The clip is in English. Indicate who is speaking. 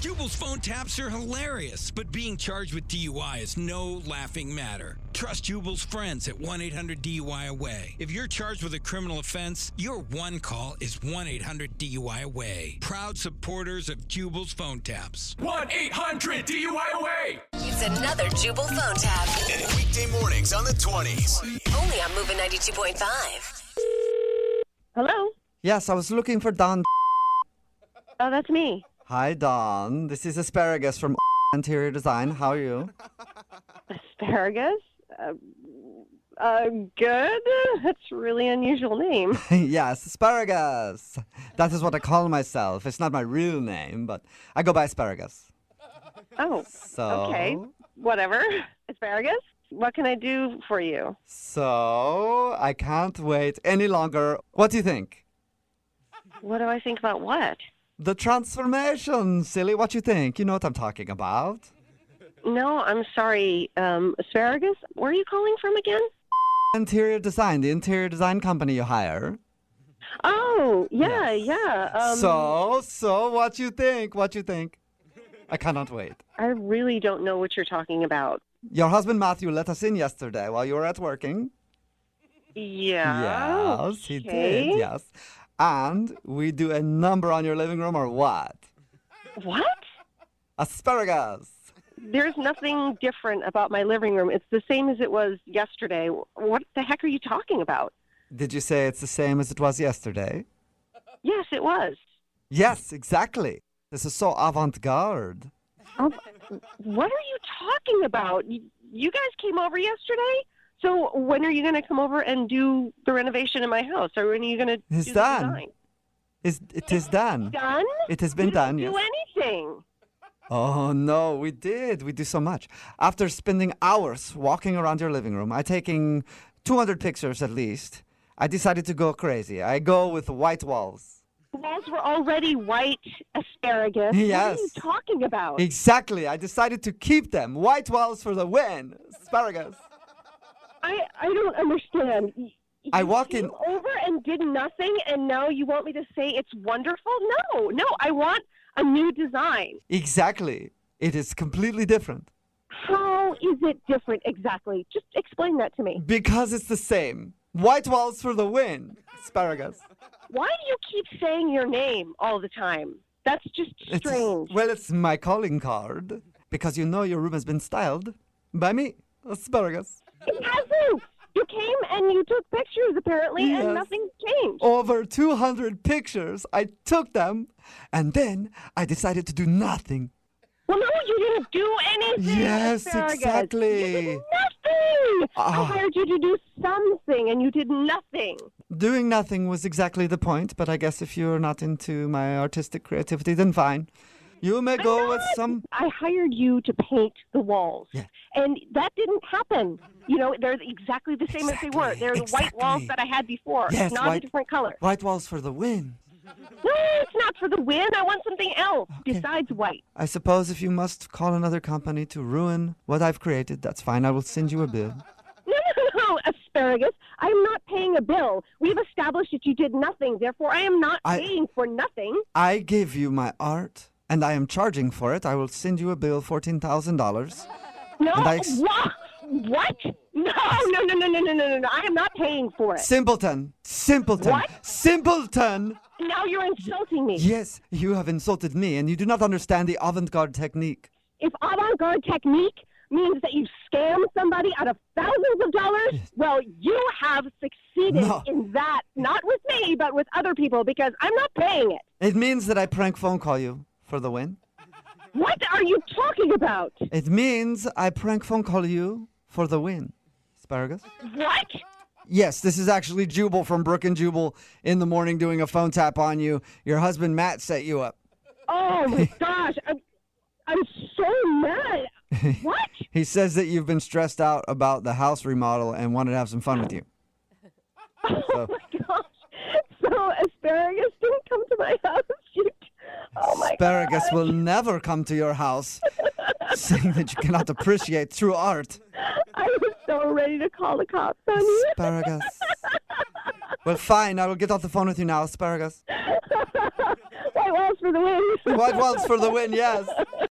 Speaker 1: Jubal's phone taps are hilarious, but being charged with DUI is no laughing matter. Trust Jubal's friends at 1 800 DUI Away. If you're charged with a criminal offense, your one call is 1 800 DUI Away. Proud supporters of Jubal's phone taps.
Speaker 2: 1 800 DUIOA!
Speaker 3: It's another Jubal phone tab.
Speaker 4: Weekday mornings on the 20s.
Speaker 3: Only on Moving 92.5.
Speaker 5: Hello.
Speaker 6: Yes, I was looking for Don.
Speaker 5: Oh, that's me.
Speaker 6: Hi, Don. This is Asparagus from Interior Design. How are you?
Speaker 5: Asparagus. Uh, uh, good. That's a really unusual name.
Speaker 6: yes, Asparagus. That is what I call myself. It's not my real name, but I go by Asparagus.
Speaker 5: Oh,
Speaker 6: So,
Speaker 5: okay. Whatever. Asparagus. What can I do for you?
Speaker 6: so I can't wait any longer. What do you think?
Speaker 5: What do I think about what?
Speaker 6: The transformation, silly. What you think? You know what I'm talking about.
Speaker 5: No, I'm sorry. Um, asparagus. Where are you calling from again?
Speaker 6: Interior design, the interior design company you hire.
Speaker 5: Oh, yeah, yeah. Um,
Speaker 6: so, so what you think? What you think? I cannot wait.
Speaker 5: I really don't know what you're talking about.
Speaker 6: Your husband Matthew let us in yesterday while you were at working.
Speaker 5: Yeah.
Speaker 6: yes, he
Speaker 5: okay.
Speaker 6: did. Yes. And we do a number on your living room or what?
Speaker 5: What?
Speaker 6: Asparagus.
Speaker 5: There's nothing different about my living room. It's the same as it was yesterday. What the heck are you talking about?
Speaker 6: Did you say it's the same as it was yesterday?
Speaker 5: Yes, it was.
Speaker 6: Yes, exactly. This is so avant-garde.
Speaker 5: Oh, what are you talking about? Y- You guys came over yesterday? So when are you going to come over and do the renovation in my house? Or when are you going to
Speaker 6: It's
Speaker 5: do
Speaker 6: done.
Speaker 5: the design?
Speaker 6: Is it is done?
Speaker 5: Done?
Speaker 6: It has been
Speaker 5: We
Speaker 6: done.
Speaker 5: didn't
Speaker 6: Yes.
Speaker 5: Do anything.
Speaker 6: Oh no, we did. We do so much. After spending hours walking around your living room, I taking 200 pictures at least. I decided to go crazy. I go with white walls.
Speaker 5: The walls were already white asparagus. What
Speaker 6: Yes.
Speaker 5: are you talking about?
Speaker 6: Exactly. I decided to keep them. White walls for the win. Asparagus.
Speaker 5: I, I don't understand. Y-
Speaker 6: I
Speaker 5: you
Speaker 6: walked
Speaker 5: came
Speaker 6: in-
Speaker 5: over and did nothing, and now you want me to say it's wonderful? No, no, I want a new design.
Speaker 6: Exactly. It is completely different
Speaker 5: How is it different exactly? Just explain that to me.
Speaker 6: because it's the same. White walls for the win. Asparagus.
Speaker 5: Why do you keep saying your name all the time? That's just
Speaker 6: It's-
Speaker 5: strange.
Speaker 6: well, it's my calling card because you know your room has been styled by me. Asparagus.
Speaker 5: It hasn't. You came and you took pictures apparently,
Speaker 6: Yes.
Speaker 5: and nothing changed.
Speaker 6: over 200 pictures. I took them and then I decided to do nothing.
Speaker 5: Well, no, you didn't do anything.
Speaker 6: Yes,
Speaker 5: asparagus. You
Speaker 6: exactly.
Speaker 5: did nothing. I
Speaker 6: Ah.
Speaker 5: hired you to do something, and you did nothing.
Speaker 6: Doing nothing was exactly the point, but I guess if you're not into my artistic creativity, then fine. You may go with
Speaker 5: not.
Speaker 6: some.
Speaker 5: I hired you to paint the walls.
Speaker 6: Yeah.
Speaker 5: And that didn't happen. You know, they're exactly the same as they were.
Speaker 6: Exactly,
Speaker 5: They're the white walls
Speaker 6: exactly.
Speaker 5: that I had before,
Speaker 6: Yes,
Speaker 5: not a
Speaker 6: white-
Speaker 5: different color.
Speaker 6: White walls for the win.
Speaker 5: No, it's not for the win. I want something else besides white.
Speaker 6: I suppose if you must call another company to ruin what I've created, that's fine. I will send you a bill.
Speaker 5: No, no, no, asparagus. I'm not paying a bill. We've established that you did nothing. Therefore, I am not
Speaker 6: I-
Speaker 5: paying for nothing.
Speaker 6: I give you my art and I am charging for it. I will send you a bill, $14,000.
Speaker 5: No.
Speaker 6: And I ex-
Speaker 5: Wha- What? No, no, no, no, no, no, no, no, no. I am not paying for it.
Speaker 6: Simpleton! Simpleton!
Speaker 5: What?
Speaker 6: Simpleton!
Speaker 5: Now you're insulting me.
Speaker 6: Yes, you have insulted me, and you do not understand the avant garde technique.
Speaker 5: If avant garde technique means that you scam somebody out of thousands of dollars, well, you have succeeded
Speaker 6: No.
Speaker 5: in that, not with me, but with other people, because I'm not paying it.
Speaker 6: It means that I prank phone call you for the win.
Speaker 5: What are you talking about?
Speaker 6: It means I prank phone call you for the win. Asparagus?
Speaker 5: What?
Speaker 6: Yes, this is actually Jubal from Brook and Jubal in the morning doing a phone tap on you. Your husband Matt set you up.
Speaker 5: Oh my gosh. I'm, I'm so mad. What?
Speaker 6: He says that you've been stressed out about the house remodel and wanted to have some fun with you.
Speaker 5: Oh my gosh. So asparagus didn't come to my house. You- Oh my
Speaker 6: Asparagus will never come to your house saying that you cannot appreciate true art.
Speaker 5: I was so ready to call the cops on you.
Speaker 6: Asparagus. well, fine. I will get off the phone with you now, Asparagus.
Speaker 5: White walls for the win.
Speaker 6: White walls for the win, yes.